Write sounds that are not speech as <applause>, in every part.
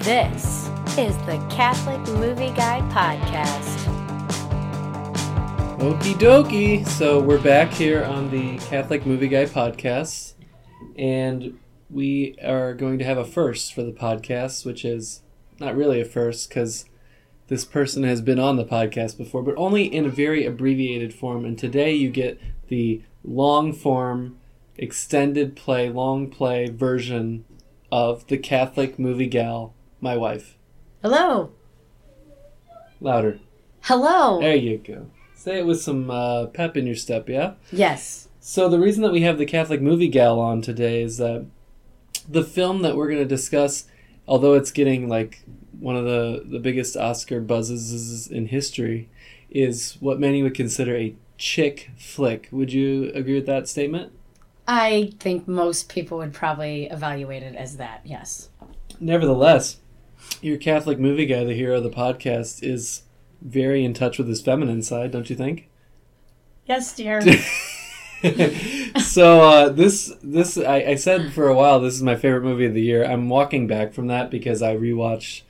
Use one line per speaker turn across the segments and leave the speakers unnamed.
This is the Catholic Movie Guide Podcast.
Okie dokie. So we're back here on the Catholic Movie Guy podcast, and we are going to have a first for the podcast, which is not really a first because this person has been on the podcast before, but only in a very abbreviated form. And today you get the long form, extended play, long play version of the Catholic movie gal, my wife.
Hello.
Louder.
Hello.
There you go. Say it with some uh, pep in your step, yeah?
Yes.
So the reason that we have the Catholic movie gal on today is that the film that we're going to discuss, although it's getting like one of the the biggest Oscar buzzes in history, is what many would consider a chick flick. Would you agree with that statement?
I think most people would probably evaluate it as that. Yes.
Nevertheless, your Catholic movie guy, the hero of the podcast, is very in touch with his feminine side, don't you think?
Yes,
<laughs>
dear.
so uh, this this I, I said for a while this is my favorite movie of the year. I'm walking back from that because I rewatched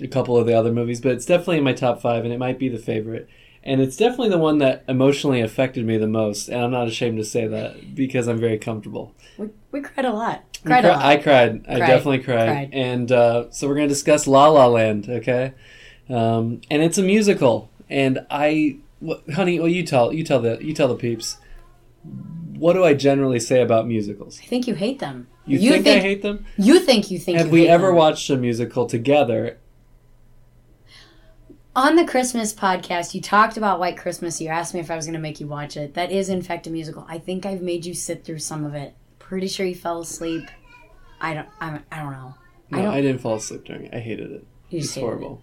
a couple of the other movies, but it's definitely in my top five, and it might be the favorite. And it's definitely the one that emotionally affected me the most, and I'm not ashamed to say that because I'm very comfortable.
we, we cried a lot.
We
Cried
cri-
a lot.
I cried. I
Cried.
definitely cried.
Cried.
And uh, so we're going to discuss La La Land, okay? Um, and it's a musical. And I, wh- honey, well, you tell you tell the you tell the peeps. What do I generally say about musicals?
I think you hate them.
You, think, I hate them?
You think you think.
Have
you
we
hate
ever
them.
watched a musical together?
on the Christmas podcast? You talked about White Christmas. You asked me if I was going to make you watch it. That is, in fact, a musical. I think I've made you sit through some of it. Pretty sure you fell asleep. I don't. I, I don't know. I
No,
don't.
I, didn't fall asleep during it. I hated it.
you
It's
hated it.
horrible.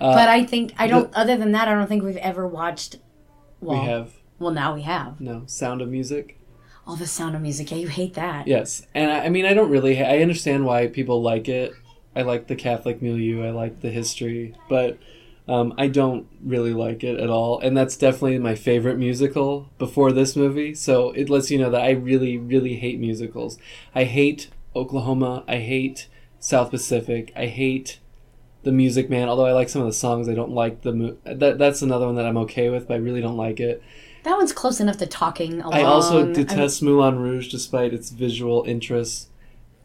Uh,
but I think I don't. other than that, I don't think we've ever watched. Well,
We have
well, now we have.
no Sound of Music.
All the Sound of Music. Yeah, you hate that.
Yes, and I, I mean I don't really. Ha- I understand why people like it. I like the Catholic milieu. I like the history, but um, I don't really like it at all. And that's definitely my favorite musical before this movie. So it lets you know that I really, really hate musicals. I hate Oklahoma. I hate South Pacific. I hate the Music Man. Although I like some of the songs, I don't like the. Mo- that that's another one that I'm okay with, but I really don't like it.
That one's close enough to talking along.
I also
I'm-
detest Moulin Rouge, despite its visual interests.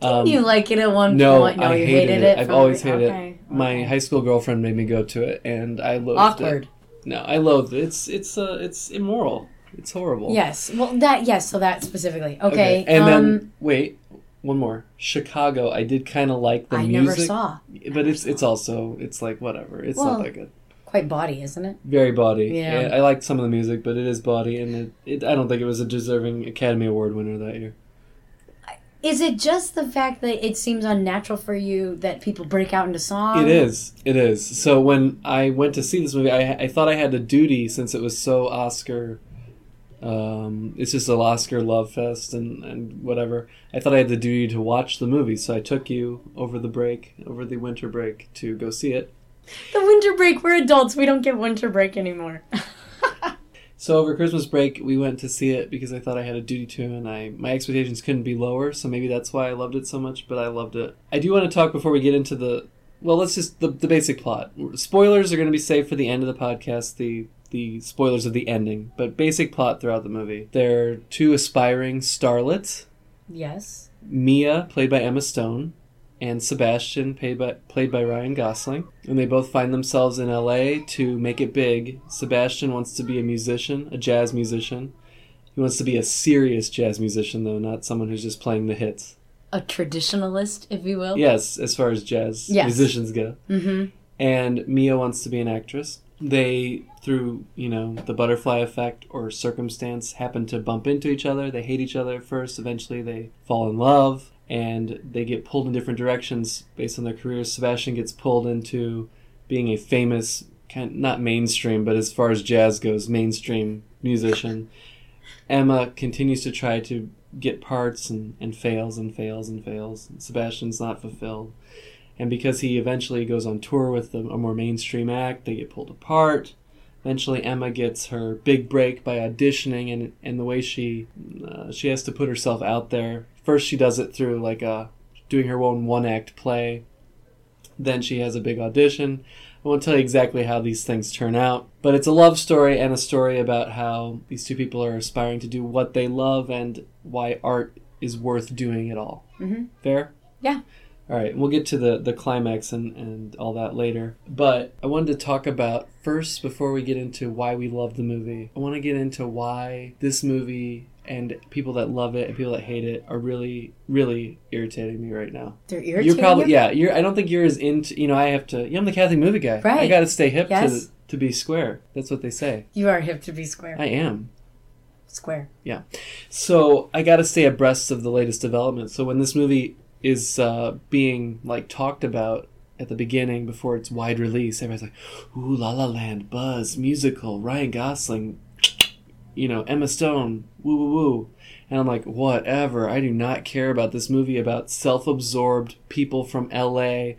Um,
you like it at one
no,
point. No,
I
you
hated, it. I've
from-
always hated
okay,
it. My
okay.
high school girlfriend made me go to it, and I loathed
awkward.
it. No, I loathed it. It's it's uh, it's immoral. It's horrible.
Yes. Well, that yes. So that specifically. Okay.
Okay. And
um,
then wait, one more. Chicago. I did kind of like the
I never
music,
saw.
but it's it's also it's like whatever. It's
Well-
not that good.
Quite body, isn't it?
Very body.
Yeah.
I like some of the music, but it is body, and it, it I don't think it was a deserving Academy Award winner that year.
Is it just the fact that it seems unnatural for you that people break out into song?
It is. It is. So when I went to see this movie, I, I thought I had a duty since it was so Oscar. Um, it's just a Oscar love fest and, and whatever. I thought I had the duty to watch the movie, so I took you over the break, over the winter break, to go see it.
The winter break. We're adults. We don't get winter break anymore. <laughs>
So over Christmas break, we went to see it because I thought I had a duty to, and I my expectations couldn't be lower. So maybe that's why I loved it so much. But I loved it. I do want to talk before we get into the well. Let's just the, the basic plot. Spoilers are going to be saved for the end of the podcast. The the spoilers of the ending, but basic plot throughout the movie. They're two aspiring starlets,
yes.
Mia played by Emma Stone, and Sebastian played by played by Ryan Gosling, and they both find themselves in LA to make it big. Sebastian wants to be a musician, a jazz musician. He wants to be a serious jazz musician though, not someone who's just playing the hits.
A traditionalist, if you will.
Yes, as far as jazz
Yes.
musicians go.
Mm-hmm.
And Mia wants to be an actress. They through, you know, the butterfly effect or circumstance happen to bump into each other. They hate each other at first, eventually they fall in love and they get pulled in different directions based on their careers. Sebastian gets pulled into being a famous kind not mainstream, but as far as jazz goes, mainstream musician. Emma continues to try to get parts and, and fails and fails and fails. Sebastian's not fulfilled. And because he eventually goes on tour with a, a more mainstream act, they get pulled apart. Eventually, Emma gets her big break by auditioning, and and the way she uh, she has to put herself uh, out there. First, she does it through like a doing her own one act play, Then she has a big audition. I won't tell you exactly how these things turn out, but it's a love story and a story about how these two people are aspiring to do what they love and why art is worth doing at all.
Mhm.
Fair?
Yeah.
All right, we'll get to the, the climax and, and all that later. But I wanted to talk about first, before we get into why we love the movie, I want to get into why this movie and people that love it and people that hate it are really, really irritating me right now.
They're irritating.
You're probably
you?
yeah. You're. I don't think you're as into. You know, I have to. You know, I'm the Catholic movie guy. I
Right.
got to stay hip
Yes.
to to be square. That's what they say.
You are hip to be square.
I am.
Square.
So I got to stay abreast of the latest developments. So when this movie is uh, being like talked about at the beginning before its wide release, everybody's like, "Ooh, La La Land, Buzz, musical, Ryan Gosling, you know, Emma Stone, woo woo woo," and I'm like, "Whatever. I do not care about this movie about self-absorbed people from L.A."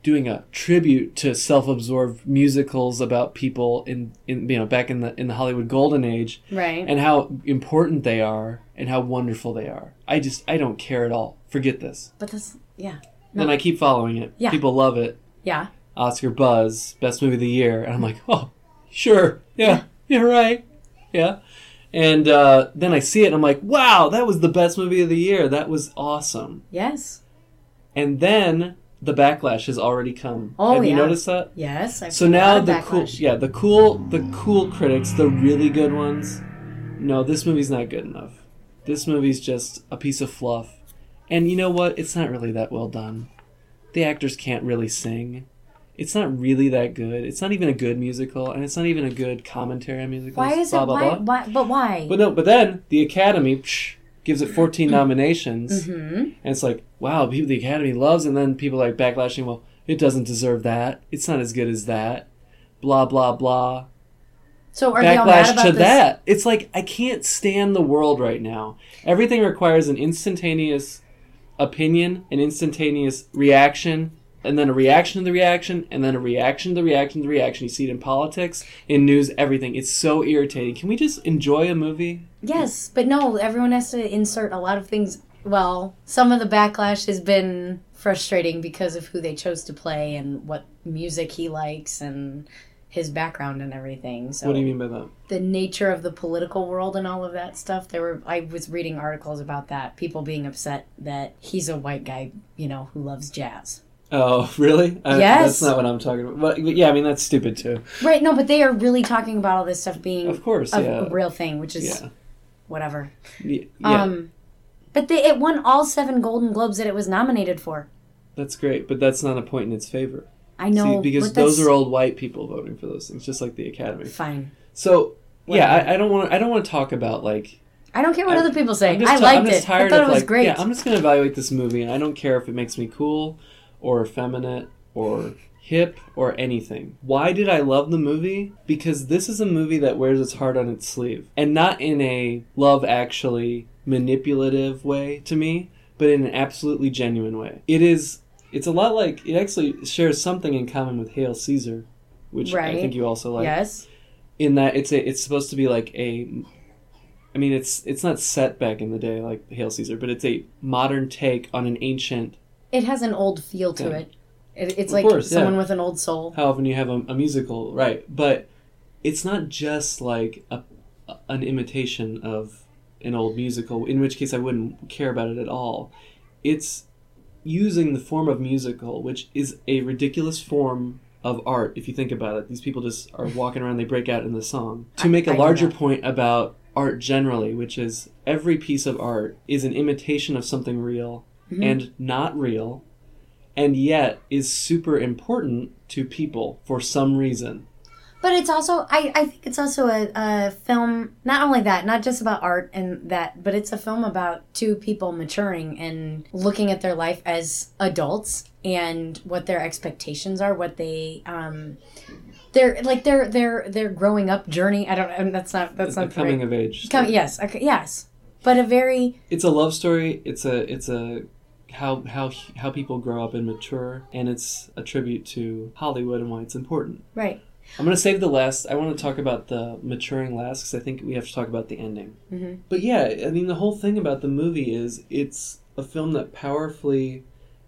Doing a tribute to self-absorbed musicals about people in, in you know back in the in the Hollywood Golden Age,
Right.
and how important they are and how wonderful they are. I just I don't care at all. Forget this.
But that's yeah.
And I keep following it.
Yeah.
People love it.
Yeah.
Oscar buzz, best movie of the year, and I'm like, oh, sure, yeah, yeah, right, yeah. And uh, then I see it, and I'm like, wow, that was the best movie of the year. That was awesome.
Yes.
And then the backlash has already come.
Oh,
Have you
yeah.
noticed that?
Yes. I've
So
seen a lot
now
of
the cool,
backlash.
yeah, the cool, the cool critics, the really good ones. No, this movie's not good enough. This movie's just a piece of fluff, and you know what? It's not really that well done. The actors can't really sing. It's not really that good. It's not even a good musical, and it's not even a good commentary on musicals.
Why is
blah,
it? why,
Blah, blah.
why? But why?
But no, but then the Academy psh, gives it 14 nominations,
hmm
and it's like, wow, people the Academy loves, and then people like backlashing, well, it doesn't deserve that. It's not as good as that. Blah blah blah.
So are they all mad
Backlash
about
to
this?
that. It's like I can't stand the world right now. Everything requires an instantaneous opinion, an instantaneous reaction, and then a reaction to the reaction, and then a reaction to the reaction to the reaction. You see it in politics, in news, everything. It's so irritating. Can we just enjoy a movie?
Yes, but no. Everyone has to insert a lot of things. Well, some of the backlash has been frustrating because of who they chose to play and what music he likes and his background and everything. So
What do you mean by that?
the nature of the political world and all of that stuff. There were I was reading articles about that. People being upset that he's a white guy, you know, who loves jazz.
Oh, <laughs> really? I,
Yes.
That's not what I'm talking about. But, but yeah, I mean that's stupid too.
Right? No, but they are really talking about all this stuff being
Of course,
a,
yeah.
a real thing, which is
Yeah.
whatever.
Y- yeah,
Um, but they it won all seven Golden Globes that it was nominated for.
that's great, but that's not a point in its favor.
I know
See, because
but
those
that's
are old white people voting for those things, just like the Academy.
fine.
So yeah,
Whatever.
I, I don't want I don't want to talk about like
I don't care what
I-
other people say.
I'm just
I
ti-
liked
I'm just
it.
tired
I thought
of
it was
like,
great.
Yeah, I'm just gonna evaluate this movie, and I don't care if it makes me cool or effeminate or hip or anything. Why did I love the movie? Because this is a movie that wears its heart on its sleeve, and not in a Love Actually manipulative way to me, but in an absolutely genuine way. It is. It's a lot like it actually shares something in common with Hail Caesar, which
Right.
I think you also like
yes.
in that it's a it's supposed to be like a I mean it's it's not set back in the day like Hail Caesar, but it's a modern take on an ancient
It has an old feel to
Yeah.
it. it. It's
Of
like
course, yeah.
someone with an old soul.
how often you have a, a musical, right? But it's not just like a, an imitation of an old musical, in which case I wouldn't care about it at all. It's using the form of musical, which is a ridiculous form of art if you think about it. These people just are walking around, they break out in the song. To
I-
make a
I know
larger
that.
point about art generally, which is every piece of art is an imitation of something real
Mhm.
and not real and yet is super important to people for some reason.
But it's also, I, I think it's also a, a film, not only that, not just about art and that, but it's a film about two people maturing and looking at their life as adults and what their expectations are, what they, um, their, like their, their, their growing up journey. I don't, and that's not, that's
It's a
not the
coming
right-
of age.
Come, yes, okay, yes. But a very,
It's a love story. It's a it's a how how how people grow up and mature, and it's a tribute to Hollywood and why it's important.
right.
I'm gonna save the last. I want to talk about the maturing last because I think we have to talk about the ending.
Mhm.
But yeah, I mean the whole thing about the movie is it's a film that powerfully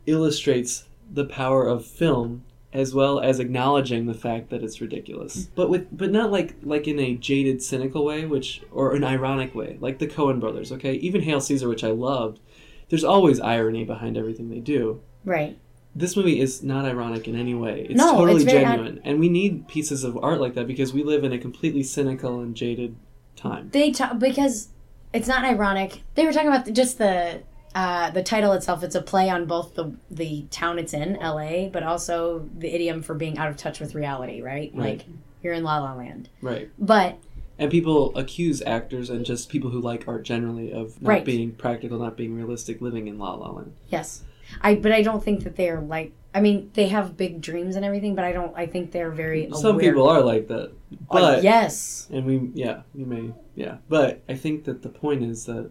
illustrates the power of film as well as acknowledging the fact that it's ridiculous. But with but not like like in a jaded cynical way, which or an ironic way, like the Coen brothers, okay? Even Hail Caesar, which I loved, there's always irony behind everything they do.
Right.
This movie is not ironic in any way. It's
No, it's
totally
very not-
genuine. And we need pieces of art like that because we live in a completely cynical and jaded time.
They talk because it's not ironic. They were talking about the, just the uh, the title itself. It's a play on both the the town it's in, L.A., but also the idiom for being out of touch with reality. Right.
Right.
Like you're in La La Land,
Right.
but
And people accuse actors and just people who like art generally of not
Right.
being practical, not being realistic, living in La La Land.
yes, I but I don't think that they are like. I mean, they have big dreams and everything, but I don't. I think they're very aware.
Some people are like that,
Like,
but
yes,
and we yeah we may yeah, but I think that the point is that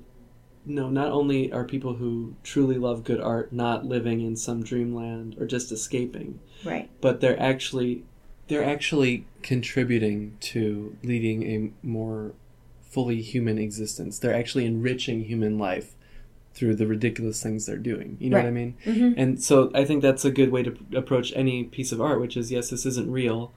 no, not only are people who truly love good art not living in some dreamland or just escaping,
right.
but they're actually they're actually contributing to leading a more fully human existence. They're actually enriching human life through the ridiculous things they're doing. You know what I
Right.
mean?
hmm
And so I think that's a good way to p- approach any piece of art, which is yes, this isn't real,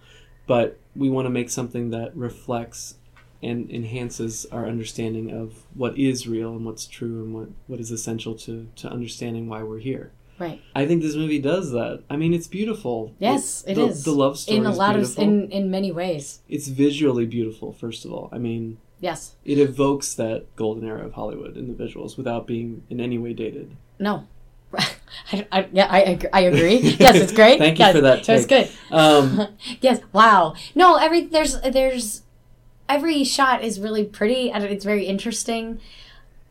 but we want to make something that reflects and enhances our understanding of what is real and what's true and what, what is essential to, to understanding why we're here.
Right.
I think this movie does that. I mean, it's beautiful.
Yes,
it
it
the,
is.
The love story
In a lot
is beautiful.
of in in many ways.
It's visually beautiful, first of all. I mean,
Yes.
it evokes that golden era of Hollywood in the visuals without being in any way dated.
No. <laughs> I, I, yeah, I, ag- I agree. Yes, it's great.
Thank you
Yes,
for that
That's good.
Um,
<laughs> yes. Wow. No. Every there's there's every shot is really pretty and it's very interesting.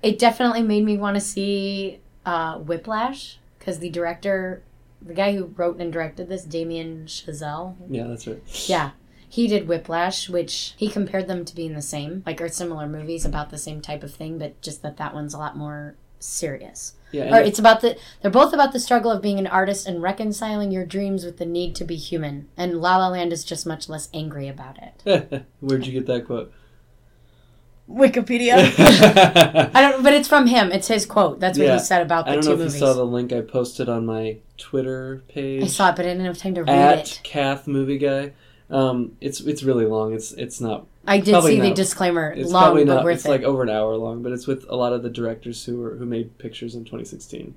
It definitely made me want to see uh, Whiplash because the director, the guy who wrote and directed this, Damien Chazelle,
yeah, that's right.
yeah. He did Whiplash, which he compared them to being the same, like, or similar movies about the same type of thing, but just that that one's a lot more serious.
Yeah, and
Or it's about the, they're both about the struggle of being an artist and reconciling your dreams with the need to be human. And La La Land is just much less angry about it.
<laughs> Where'd you get that
<laughs>
quote?
Wikipedia?
<laughs> I
I don't, but it's from him. It's his quote. That's what
Yeah.
he said about the
don't
two
know if
movies.
you saw the link I posted on my Twitter page.
I saw it, but I didn't have time to read
at
it.
Kath Movie Guy. Um, it's it's really long. It's it's not.
I did
probably
see the
not.
disclaimer.
It's
long,
probably
but
not.
worth
It's
it.
like over an hour long, but it's with a lot of the directors who were who made pictures in 2016.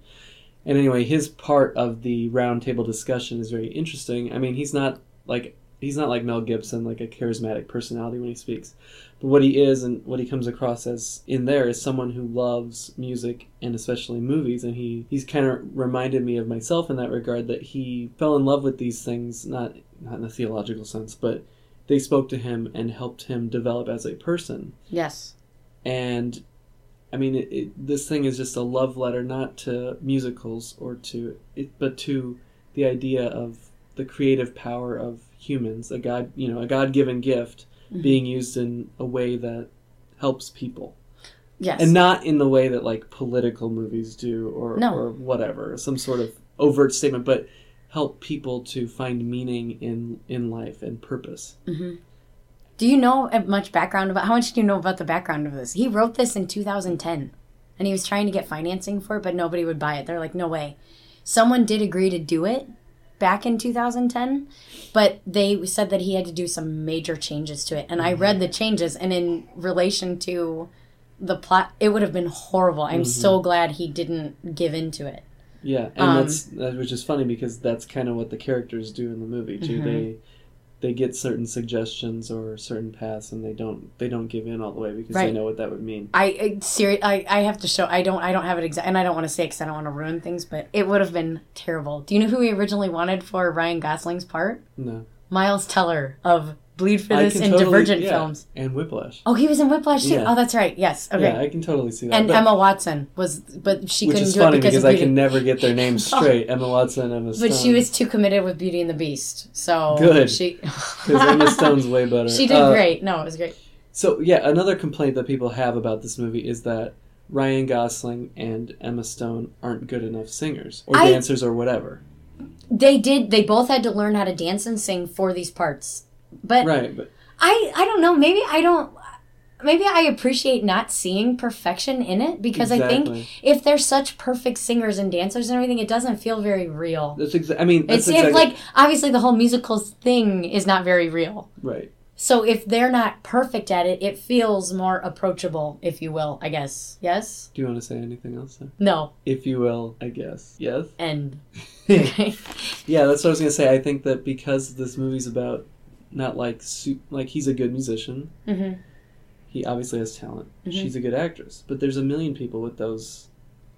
And anyway, his part of the roundtable discussion is very interesting. I mean, he's not like he's not like Mel Gibson, like a charismatic personality when he speaks. But what he is and what he comes across as in there is someone who loves music and especially movies. And he, he's kind of reminded me of myself in that regard that he fell in love with these things, not, not in a theological sense, but they spoke to him and helped him develop as a person
yes.
and I mean, it, it, this thing is just a love letter, not to musicals or to, it, but to the idea of the creative power of humans, a god, you know, a God-given gift
Mhm.
being used in a way that helps people,
Yes.
and not in the way that like political movies do or
No.
or whatever, some sort of overt statement, but help people to find meaning in in life and purpose.
hmm Do you know uh, much background about how much do you know about the background of this? He wrote this in 2010 and he was trying to get financing for it, but nobody would buy it. They're like, no way. Someone did agree to do it back in 2010, but they said that he had to do some major changes to it. And I read the changes, and in relation to the plot, it would have been horrible. I'm so glad he didn't give in to it.
Yeah, and
Um,
that's that, which is funny because that's kind of what the characters do in the movie too.
Mm-hmm.
They they get certain suggestions or certain paths, and they don't they don't give in all the way because they
Right.
know what that would mean.
I I, seri- I I have to show. I don't. I don't have it exact, and I don't want to say because I don't want to ruin things. But it would have been terrible. Do you know who we originally wanted for Ryan Gosling's part?
No,
Miles Teller of Bleed for
I
This
can
and
totally-
Divergent
yeah,
films.
and Whiplash.
Oh, he was in Whiplash too.
Yeah.
Oh, that's right. Yes. Okay.
Yeah, I can totally see that.
and
but-
Emma Watson was, but she
which
couldn't
is
do
funny
it because,
because
of
I
Beauty.
can never get their
<laughs>
names straight. Emma Watson, and Emma Stone.
but she
<laughs>
was too committed with Beauty and the Beast. So
Good.
She. <laughs>
because Emma Stone's way better.
She did
Uh,
great. No, it was great.
So yeah, another complaint that people have about this movie is that Ryan Gosling and Emma Stone aren't good enough singers or
I-
dancers or whatever.
They did. They both had to learn how to dance and sing for these parts. But
Right, but
I I don't know. Maybe I don't. maybe I appreciate not seeing perfection in it because I think
Exactly.
if they're such perfect singers and dancers and everything, it doesn't feel very real.
That's exa- I mean,
It's
that's
if,
exactly
like obviously the whole musical thing is not very real.
right.
So if they're not perfect at it, it feels more approachable, if you will, I guess. Yes?
Do you want to say anything else? Though?
No.
If you will, I guess. Yes. <laughs>
And
Yeah, that's what I was gonna say. I think that because this movie's about not like su- like he's a good musician.
Mhm.
He obviously has talent.
Mhm.
She's a good actress, but there's a million people with those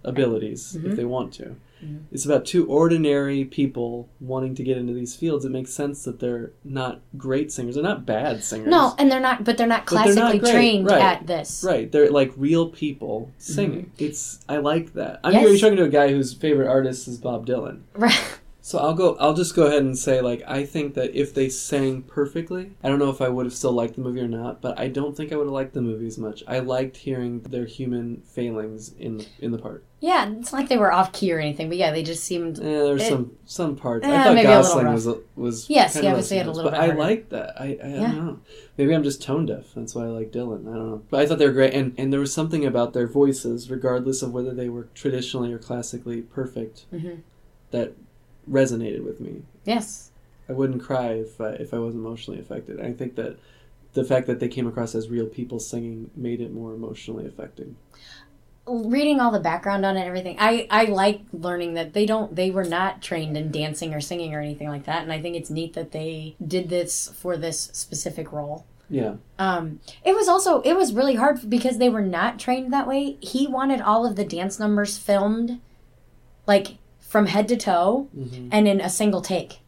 abilities
Mhm.
if they want to.
Mhm.
It's about two ordinary people wanting to get into these fields. It makes sense that they're not great singers. They're not bad singers.
No, and they're not but they're not
But they're not
classically
great,
trained
right.
at this.
Right, they're like real people singing. It's I like that. I mean,
Yes.
you're talking to a guy whose favorite artist is Bob Dylan.
<laughs> Right.
So I'll go. I'll just go ahead and say, like, I think that if they sang perfectly, I don't know if I would have still liked the movie or not, but I don't think I would have liked the movie as much. I liked hearing their human failings in in the part.
Yeah, it's not like they were off key or anything, but yeah, they just seemed
Eh, there were
It-
some some parts.
Eh,
I thought
maybe a little
Gosling
rough.
was a- was
Yes,
kinda
yeah, I
rough
would say it a
sometimes,
little
but
bit
I
harder.
liked that. I, I,
Yeah.
don't know. Maybe I'm just tone deaf. That's why I like Dylan. I don't know. But I thought they were great, and and there was something about their voices, regardless of whether they were traditionally or classically perfect,
Mhm.
that resonated with me.
Yes.
I wouldn't cry if I, if I was emotionally affected. I think that the fact that they came across as real people singing made it more emotionally affecting.
Reading all the background on it and everything, I, I like learning that they don't they were not trained in dancing or singing or anything like that, and I think it's neat that they did this for this specific role.
Yeah,
um it was also it was really hard because they were not trained that way he wanted all of the dance numbers filmed like from head to toe
Mhm.
and in a single take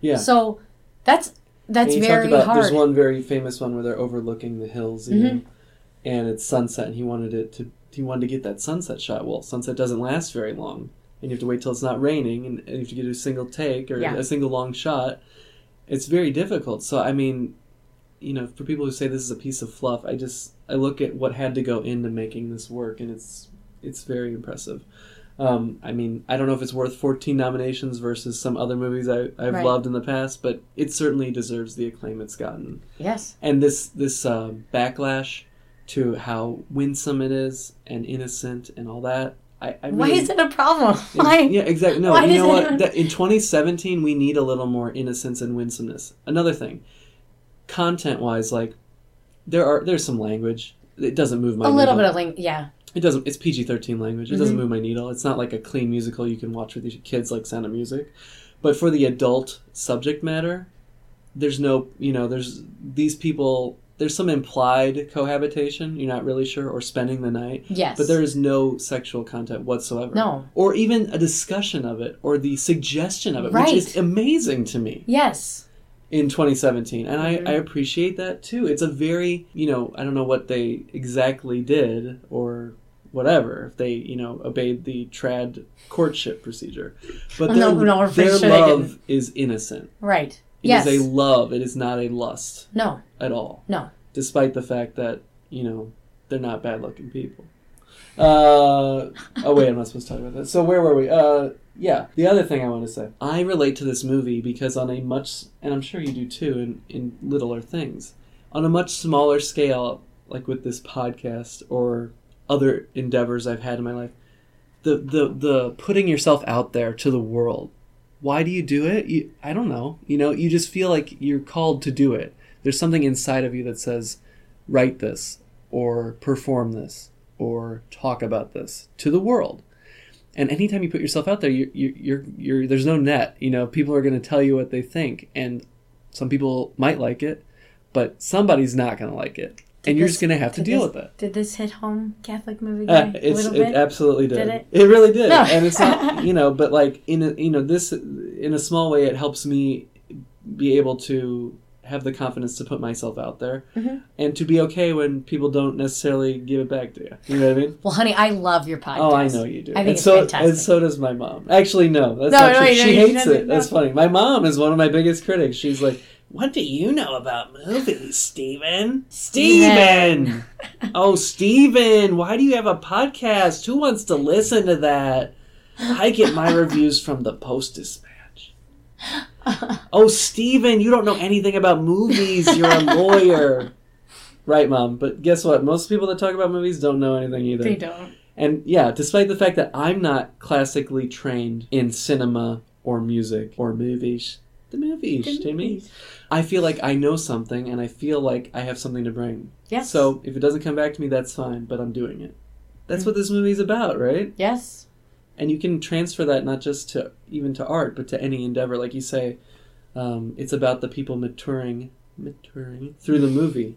yeah.
so that's that's
And he
very
There's
hard Mm-hmm.
one very famous one where they're overlooking the hills, you know, and it's sunset. And he wanted it to he wanted to get that sunset shot. Well, sunset doesn't last very long, and you have to wait till it's not raining, and, and you have to get a single take or
Yeah.
a single long shot. It's very difficult. So I mean, you know, for people who say this is a piece of fluff, I just I look at what had to go into making this work, and it's it's very impressive. Um, I mean, I don't know if it's worth 14 nominations versus some other movies I, I've
Right.
loved in the past, but it certainly deserves the acclaim it's gotten.
yes
And this this uh, backlash to how winsome it is and innocent and all that. I, I
why
really-
is it a problem <laughs> why
Yeah, exactly. No,
why
you
does
know what?
anyone-
That- in 2017, we need a little more innocence and winsomeness. Another thing, content-wise, like there are there's some language. It doesn't move my
a little
needle.
bit of Mm-hmm. link yeah
It doesn't. It's PG thirteen language. It doesn't move my needle. It's not like a clean musical you can watch with your kids, like Sound of Music. But for the adult subject matter, there's no. You know, there's these people. There's some implied cohabitation. You're not really sure, or spending the night.
yes
But there is no sexual content whatsoever.
No.
Or even a discussion of it, or the suggestion of it,
Right.
which is amazing to me
yes
in 2017 and I,
Mm-hmm.
I appreciate that too it's a very you know i don't know what they exactly did or whatever if they you know obeyed the trad courtship procedure but their,
No, no, we're pretty
their
sure they
love is innocent
right
It
yes
is a love it is not a lust
no
at all
no
despite the fact that you know they're not bad looking people uh, oh wait i'm not supposed to talk about that so where were we uh, yeah the other thing i want to say i relate to this movie because on a much and i'm sure you do too in, in littler things on a much smaller scale like with this podcast or other endeavors i've had in my life the, the, the putting yourself out there to the world why do you do it? You, I don't know. You know, you just feel like you're called to do it. There's something inside of you that says, write this, or perform this, or talk about this to the world. And anytime you put yourself out there, you, you, you're, you're, there's no net. You know, people are going to tell you what they think, and some people might like it, but somebody's not going to like it, and you're
this-
just going to have to
did
deal
this-
with it.
did this hit home catholic movie guy
Uh, it's,
a little
it
bit
absolutely did.
Did
it?
it?
really did.
No.
And
<laughs>
it's not, you know, but like in a, you know this in a small way, it helps me be able to have the confidence to put myself out there
Mm-hmm.
and to be okay when people don't necessarily give it back to you. You know what I mean?
well honey i love your podcast
Oh, I know you do.
I think
and
it's
so
fantastic.
and so does my mom. Actually, no, that's
No,
not
no,
true.
you
she
don't- you
hates
don't-
it. That's
no.
funny. My mom is one of my biggest critics. She's like, "What do you know about movies, Steven? Steven!
Steven."
oh, Steven, why do you have a podcast? Who wants to listen to that? I get
<laughs>
my reviews from the Post Dispatch.
<laughs> <laughs>
Oh, Steven, you don't know anything about movies. You're a lawyer." Right, mom. But guess what? Most people that talk about movies don't know anything either.
They don't.
And yeah, despite the fact that I'm not classically trained in cinema or music or movies, the movies, Jamie, I feel like I know something and I feel like I have something to bring.
Yes.
So if it doesn't come back to me, that's fine, but I'm doing it. That's what this movie's about, right?
Yes.
and you can transfer that not just to even to art but to any endeavor like you say um, it's about the people maturing maturing through the movie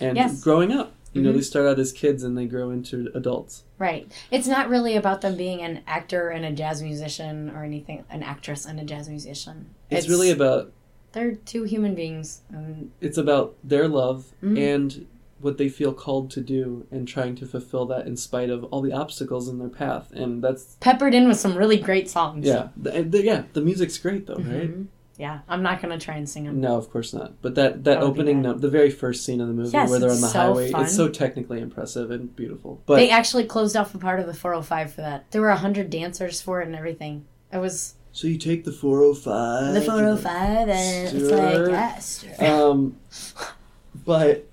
and
Yes.
growing up you know
Mhm.
they start out as kids and they grow into adults
Right. It's not really about them being an actor and a jazz musician or anything, an actress and a jazz musician.
it's, really about
They're two human beings. Um,
it's about their love
Mhm.
and what they feel called to do and trying to fulfill that in spite of all the obstacles in their path and that's
peppered in with some really great songs.
yeah the, and the- yeah the music's great though right
Mhm. Yeah. I'm not going to try and sing them.
No, of course not. But that that
That would be
opening
bad.
note, the very first scene of the movie
Yes,
where they're on
it's
the
so
highway,
fun.
it's so technically impressive and beautiful. But
they actually closed off a part of the 405 for that. There were 100 dancers for it and everything. It was
so you take the 405.
the 405 and it's
Sure.
like, yes.
Um but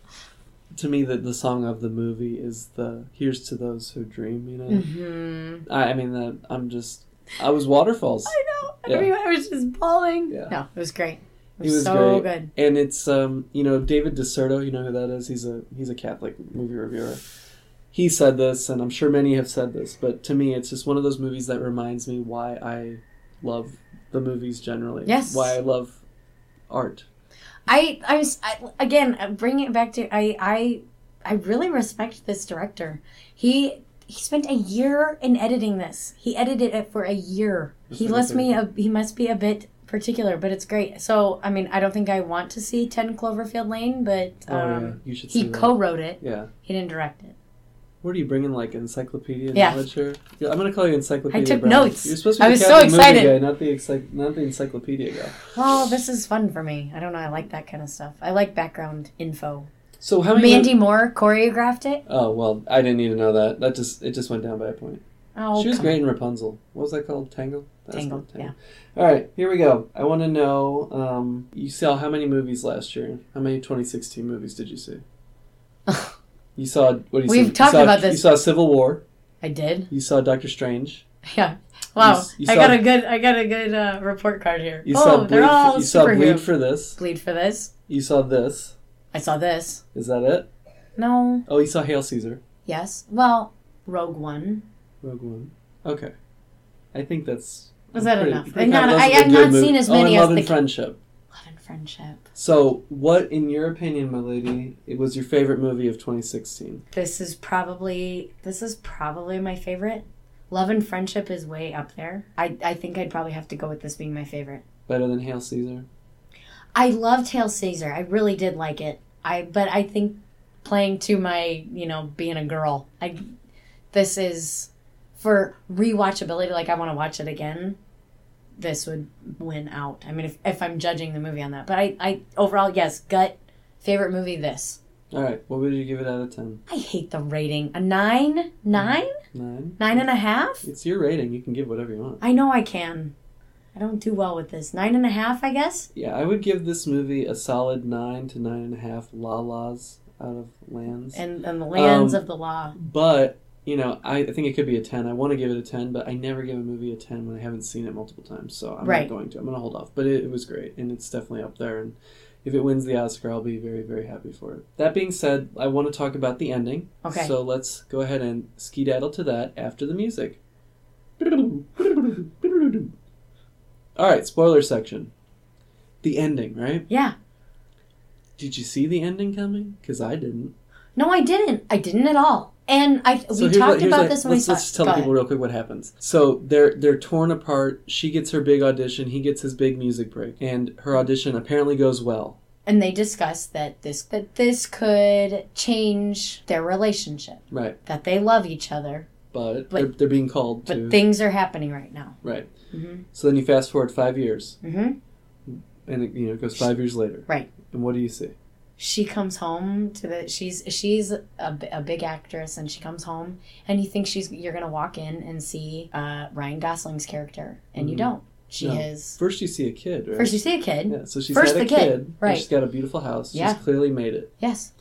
to me the the song of the movie is the here's to those who dream, you know.
Mm-hmm.
I, I mean that I'm just I was waterfalls.
<laughs> I know.
Yeah.
Everyone was just bawling.
Yeah.
No, it was great. It
He
was,
was
so
great.
good.
and it's um, you know David DeSerto, you know who that is. He's a he's a Catholic movie reviewer. He said this, and I'm sure many have said this, but to me, it's just one of those movies that reminds me why I love the movies generally.
Yes.
Why I love art.
I I was I, again uh, bringing it back to I I I really respect this director. He he spent a year in editing this. He edited it for a year.
That's
he
what I
lets me
said.
a, he must be a bit particular, but it's great. So I mean I don't think I want to see Ten Cloverfield Lane, but
Oh yeah,
um,
you should. see
he
that.
co-wrote it.
Yeah.
He didn't direct it.
What are you bringing, like encyclopedia
Yeah.
knowledge here? Yeah, I'm gonna call you encyclopedia.
I took
Brown.
notes.
You're supposed to be
I
the
was so
Catholic movie
excited.
guy, not the exci- not the encyclopedia guy.
Well, this is fun for me. I don't know. I like that kind of stuff. I like background info.
So how many?
Mandy Moore choreographed it.
Oh well, I didn't need to know that. That just it just went down by a point.
Oh,
she was
come
great in Rapunzel. What was that called? Tangle? That's
Tangle,
not All right, here we go. I want to know um, you saw how many movies last year? How many 2016 movies did you see? You saw what do you
We've
see?
talked
you saw,
about this.
You saw Civil War.
<laughs> I did.
You saw Doctor Strange.
Yeah. Wow.
s- you
I
saw-
got a good I got a good uh, report card here.
You
oh,
saw Bleed.
they're all
for, you saw
superhero.
Bleed for this.
Bleed for this.
You saw this.
I saw this.
Is that it?
No.
Oh, you saw Hail Caesar.
Yes. Well, Rogue One.
Rogue One. Okay, I think that's.
Was
I'm
that
pretty-
enough?
pretty
I'm not-
confident those
I-
are
I've
good
not
movies.
seen as
Oh, and
many as
Love
the-
and Friendship.
Love and Friendship.
So, what, in your opinion, my lady, it was your favorite movie of 2016?
This is probably this is probably my favorite. Love and Friendship is way up there. I, I think I'd probably have to go with this being my favorite.
Better than Hail Caesar?
I loved Hail Caesar. I really did like it. I but I think playing to my you know being a girl. I this is for rewatchability. Like I want to watch it again. This would win out. I mean, if, if I'm judging the movie on that, but I I overall yes, gut favorite movie. This
All right, what would you give it out of 10?
I hate the rating. A nine, nine,
Nine?
nine and a half.
It's your rating. You can give whatever you want.
I know I can. I don't do well with this. Nine and a half, I guess.
Yeah, I would give this movie a solid nine to nine and a half la-las out of lands.
And and the lands
Um,
of the law.
But, you know, I, I think it could be a 10. I want to give it a 10, but I never give a movie a 10 when I haven't seen it multiple times, so I'm
Right.
not going to. I'm going to hold off. But it, it was great, and it's definitely up there. And if it wins the Oscar, I'll be very, very happy for it. That being said, I want to talk about the ending.
Okay.
So let's go ahead and skedaddle to that after the music. All right, spoiler section. The ending, right?
Yeah.
Did you see the ending coming? Because I didn't.
No, I didn't. I didn't at all. And I
So
we
here's what-
talked
here's
about
what-
this when
let's,
we
let's just
saw.
tell the
Go
people
ahead.
real quick what happens. So they're they're torn apart. She gets her big audition. He gets his big music break, and her audition apparently goes well.
And they discussed that this that this could change their relationship.
Right,
That they love each other,
but,
But-
they're, they're being called
but
to
things are happening right now.
right.
Mhm.
So then you fast forward five years,
hmm
and it, you know it goes five years later.
Right.
And what do you see?
She comes home to the she's she's a, b- a big actress and she comes home and you think she's you're gonna walk in and see uh, Ryan Gosling's character and you
Mhm.
don't. She
No.
is
First you see a kid, right?
first you see a kid.
yeah. So she's
first
had a
the kid,
kid. and
right.
She's got a beautiful house.
Yeah.
She's clearly made it.
Yes.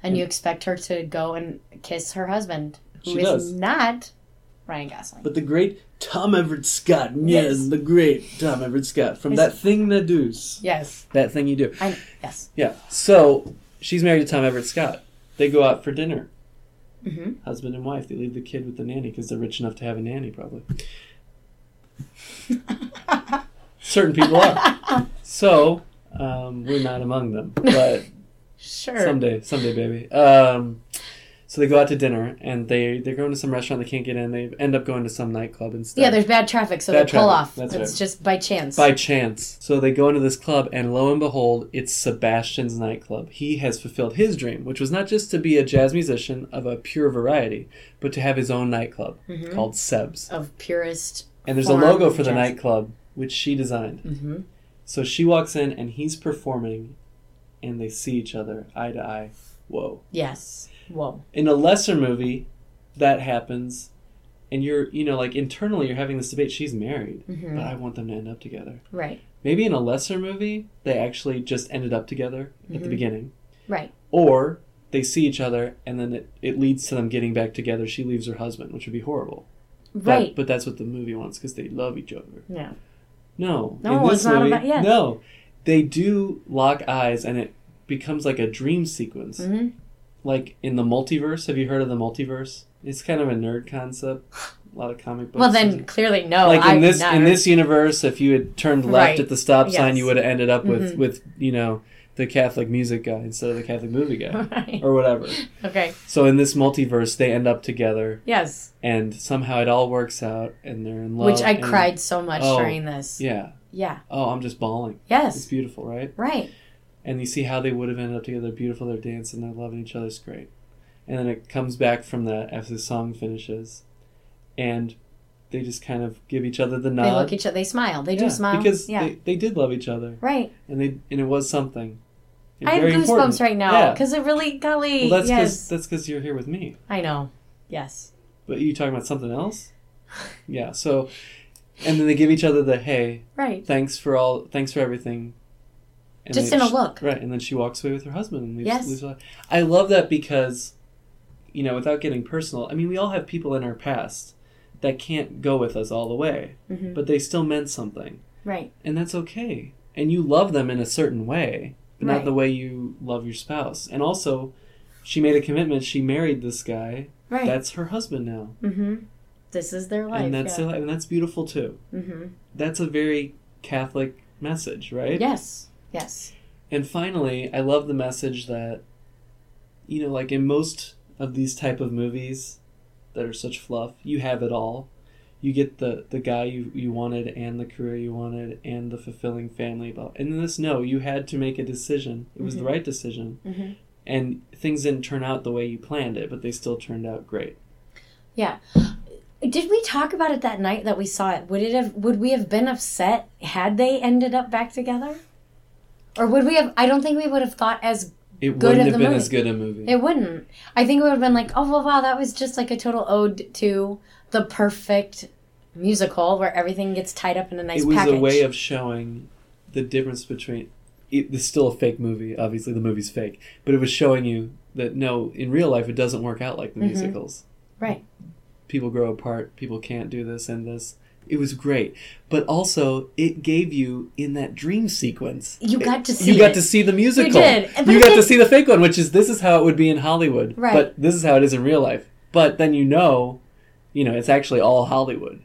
and you expect her to go and kiss her husband, who is
She does.
not Ryan Gosling.
But the great Tom Everett Scott, yes,
Yes.
the great Tom Everett Scott from that thing that does
yes,
that thing you do.
I yes.
Yeah. So she's married to Tom Everett Scott. They go out for dinner,
hmm
husband and wife. They leave the kid with the nanny because they're rich enough to have a nanny, probably. Certain people are. So um, we're not among them, but
Sure.
someday, someday, baby. Um, so they go out to dinner, and they they're going to some restaurant they can't get in. They end up going to some nightclub instead.
Yeah, there's bad traffic, so
Bad
they pull
traffic,
off.
that's
it's
right.
just by chance.
by chance. So they go into this club, and lo and behold, it's Sebastian's nightclub. He has fulfilled his dream, which was not just to be a jazz musician of a pure variety, but to have his own nightclub
Mhm.
called Seb's.
of purist.
And there's
Farm
a logo for the
jazz.
nightclub, which she designed.
Mm-hmm.
So she walks in, and he's performing, and they see each other eye to eye. Whoa.
Yes. Whoa.
In a lesser movie, that happens. And you're, you know, like internally, you're having this debate. She's married,
Mhm.
but I want them to end up together.
Right.
Maybe in a lesser movie, they actually just ended up together at the
Mhm.
beginning.
Right.
Or they see each other and then it, it leads to them getting back together. She leaves her husband, which would be horrible. That-
Right.
but that's what the movie wants because they love each other.
Yeah.
No.
No, it's not about- yeah.
No. They do lock eyes and it becomes like a dream sequence.
hmm
Like in the multiverse. Have you heard of the multiverse? It's kind of a nerd concept. A lot of comic books.
Well, then clearly no.
like in
I've
this
not-
in this universe, if you had turned left
Right.
at the stop sign,
Yes.
you would have ended up with
Mhm.
with you know the Catholic music guy instead of the Catholic movie
<laughs>
guy
<laughs> Right.
or whatever.
Okay.
So in this multiverse, they end up together,
Yes.
and somehow it all works out, and they're in love.
Which I
and-
cried so much
Oh.
during this.
Yeah.
Yeah.
Oh, I'm just bawling. It's
Yes.
beautiful, right?
Right.
And you see how they would have ended up together. Beautiful, they're dancing, they're loving each other. It's great. And then it comes back from that after the song finishes, and they just kind of give each other the nod.
They look each other. They smile. They
Yeah,
do smile.
because
yeah.
they, they did love each other.
right.
and they and it was something. And
I have
very
goosebumps
important.
right now
Yeah.
because it really, golly,
Well, that's
yes.
because that's because you're here with me.
I know. Yes.
But you talking about something else? <laughs> Yeah. So, and then they give each other the hey,
Right.
thanks for all, thanks for everything. And
Just
they-
in a
she-
look.
right? And then she walks away with her husband and leaves.
Yes.
leaves her- I love that because, you know, without getting personal, I mean, we all have people in our past that can't go with us all the way,
hmm
but they still meant something.
Right.
and that's okay. And you love them in a certain way, but not
Right.
the way you love your spouse. And also, she made a commitment. She married this guy.
Right.
That's her husband now,
hmm This is their life.
and that's
yeah.
their life. and that's beautiful too.
hmm
That's a very Catholic message, right?
Yes. Yes.
And finally, I love the message that, you know, like in most of these type of movies, that are such fluff, you have it all. You get the, the guy you, you wanted and the career you wanted and the fulfilling family. Blah. And in this, no, you had to make a decision. It was
Mhm.
the right decision.
hmm
And things didn't turn out the way you planned it, but they still turned out great.
Did we talk about it that night that we saw it? Would it have? Would we have been upset had they ended up back together? Or would we have? I don't think we would have thought as
It
Good
wouldn't
of
have
the
been
movie.
as good a movie.
It wouldn't. I think it would have been like, oh well, wow, that was just like a total ode to the perfect musical where everything gets tied up in a nice
it was
package.
a way of showing the difference between it, it's still a fake movie obviously the movie's fake but it was showing you that no in real life it doesn't work out like the
Mhm.
musicals
Right.
people grow apart people can't do this and this it was great but also it gave you in that dream sequence
You
it-
got to see
you got
it.
to see the musical
did. But
you
it
got to
did-
see the fake one which is this is how it would be in hollywood
Right.
but this is how it is in real life but then you know you know it's actually all hollywood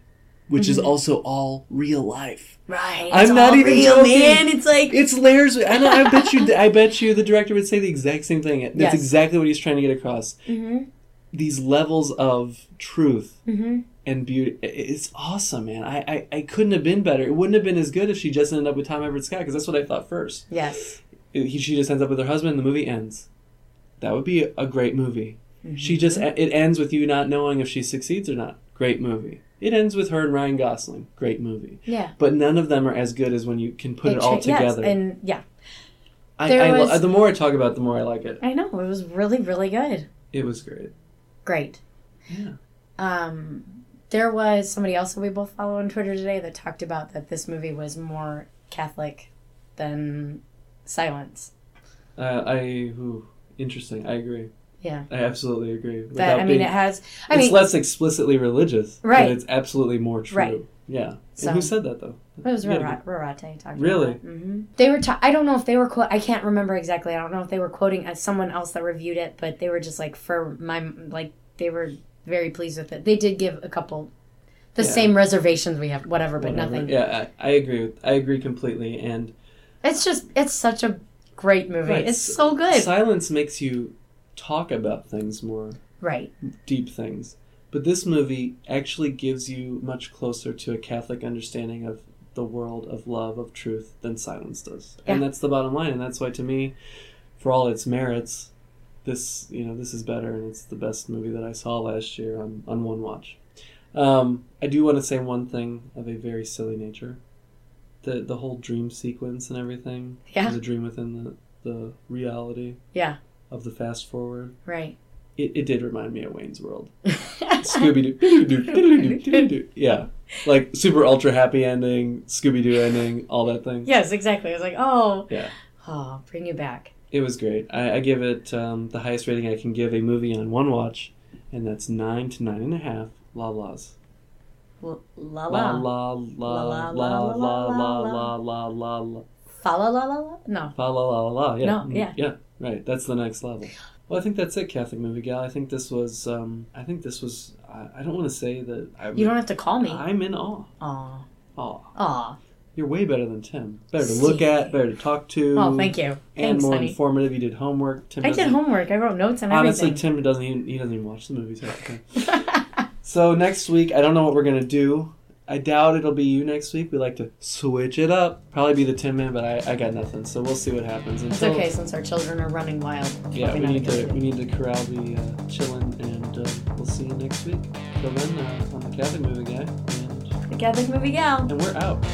which is
Mm-hmm.
also all real life
right.
I'm
it's
not
all
even
real,
joking.
man. It's like
it's layers. I know. I
<laughs>
bet you. I bet you the director would say the exact same thing. That's
Yes.
exactly what he's trying to get across.
hmm
These levels of truth
hmm
and beauty. i- It's awesome, man. I, I, I couldn't have been better. It wouldn't have been as good if she just ended up with Tom Everett Scott because that's what I thought first.
Yes.
It- he, she just ends up with her husband. and The movie ends. That would be a great movie. She just it ends with you not knowing if she succeeds or not. Great movie. It ends with her and Ryan Gosling. Great movie.
Yeah.
But none of them are as good as when you can put it,
It
all
tra- yes,
together.
and yeah,
I,
There
I, lo-
was-
the more I talk about, it, the more I like it.
I know it was really, really good.
It was great.
Great.
Yeah.
Um, there was somebody else that we both follow on Twitter today that talked about that this movie was more Catholic than Silence.
Uh, I who Interesting. I agree.
Yeah.
I absolutely agree. Without
That I mean,
being,
it has. I
it's
mean,
less explicitly religious,
Right.
But it's absolutely more true.
Right.
Yeah.
So-
And who said that though?
It was
You gotta
Rara- Rarate talking.
Really?
hmm They were. ta- I don't know if they were. Quote- I can't remember exactly. I don't know if they were quoting as someone else that reviewed it, but they were just like for my like they were very pleased with it. They did give a couple, the
Yeah.
same reservations we have, whatever, but
Whatever.
nothing.
Yeah, I, I agree. With, I agree completely. And
It's just it's such a great movie.
Right.
It's so good.
silence makes you talk about things more,
right.
deep things. But this movie actually gives you much closer to a Catholic understanding of the world of love of truth than silence does. And
Yeah.
that's the bottom line. And that's why, to me, for all its merits, this you know this is better and it's the best movie that I saw last year on on one watch. Um, I do want to say one thing of a very silly nature. The, the whole dream sequence and everything
Yeah.
the dream within the, the reality
Yeah.
of the fast forward.
Right.
It, it did remind me of Wayne's World. Scooby Doo. Yeah. Like super ultra happy ending, Scooby Doo ending, all that
<laughs>
thing.
yes, exactly. I was like, oh,
Yeah.
oh, bring you back.
It was great. I, I give it um, the highest rating I can give a movie on one watch, and that's nine to nine and a half la las.
L- la
La
la
la la la
La,
la
la,
la la
la,
la la la la la
fa la la la la. No.
La la la la la. Yeah.
No,
Mm,
yeah.
Yeah. Right. That's the next level. Well, I think that's it, Catholic movie gal. I think this was. Um, I think this was. I, I don't want to say that. I'm,
You don't have to call me.
I'm in awe.
Aw.
Awe.
Aw.
You're way better than Tim. Better to look
See.
at. Better to talk to.
Well, thank you.
And
Thanks,
more
honey.
informative. You did homework. Tim
I did
doesn't-
homework. I wrote notes and <laughs>
Honestly,
everything.
Tim doesn't even he doesn't even watch the movies half the time. So next week, I don't know what we're gonna do. I doubt it'll be you next week. We like to switch it up. Probably be the Tin Man, but I, I got nothing. So we'll see what happens.
it's
Until,
okay since our children are running wild.
Yeah,
Probably
we
not a
need to
good
we
idea.
need to corral the uh, chillin', and uh, we'll see you next week. Till then, uh, I'm the Catholic Movie Guy, and,
The Catholic movie gal.
and we're out.